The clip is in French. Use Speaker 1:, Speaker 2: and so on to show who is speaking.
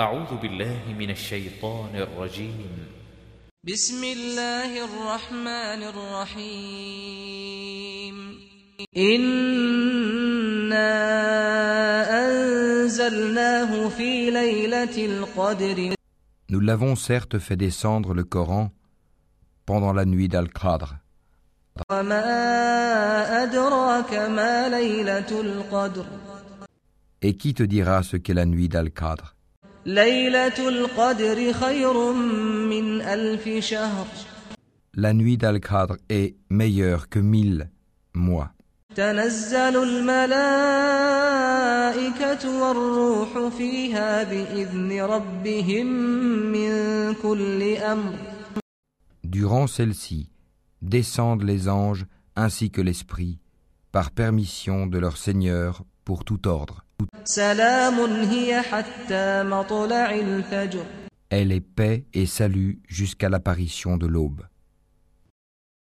Speaker 1: أعوذ بالله من الشيطان الرجيم
Speaker 2: بسم الله الرحمن الرحيم إنا أنزلناه في ليلة القدر
Speaker 3: Nous l'avons certes fait descendre le Coran pendant la nuit d'Al-Qadr.
Speaker 2: وما أدراك ما ليلة القدر
Speaker 3: Et qui te dira ce qu'est la nuit d'Al-Qadr
Speaker 2: ليلة القدر خير من ألف شهر
Speaker 3: La nuit d'Al-Qadr est meilleure que mille mois.
Speaker 2: تنزل الملائكة والروح فيها بإذن ربهم من كل أمر
Speaker 3: Durant celle-ci, descendent les anges ainsi que l'Esprit, par permission de leur Seigneur pour tout ordre.
Speaker 2: سلام هي حتى مطلع الفجر
Speaker 3: Elle est paix et salut jusqu'à l'apparition de l'aube.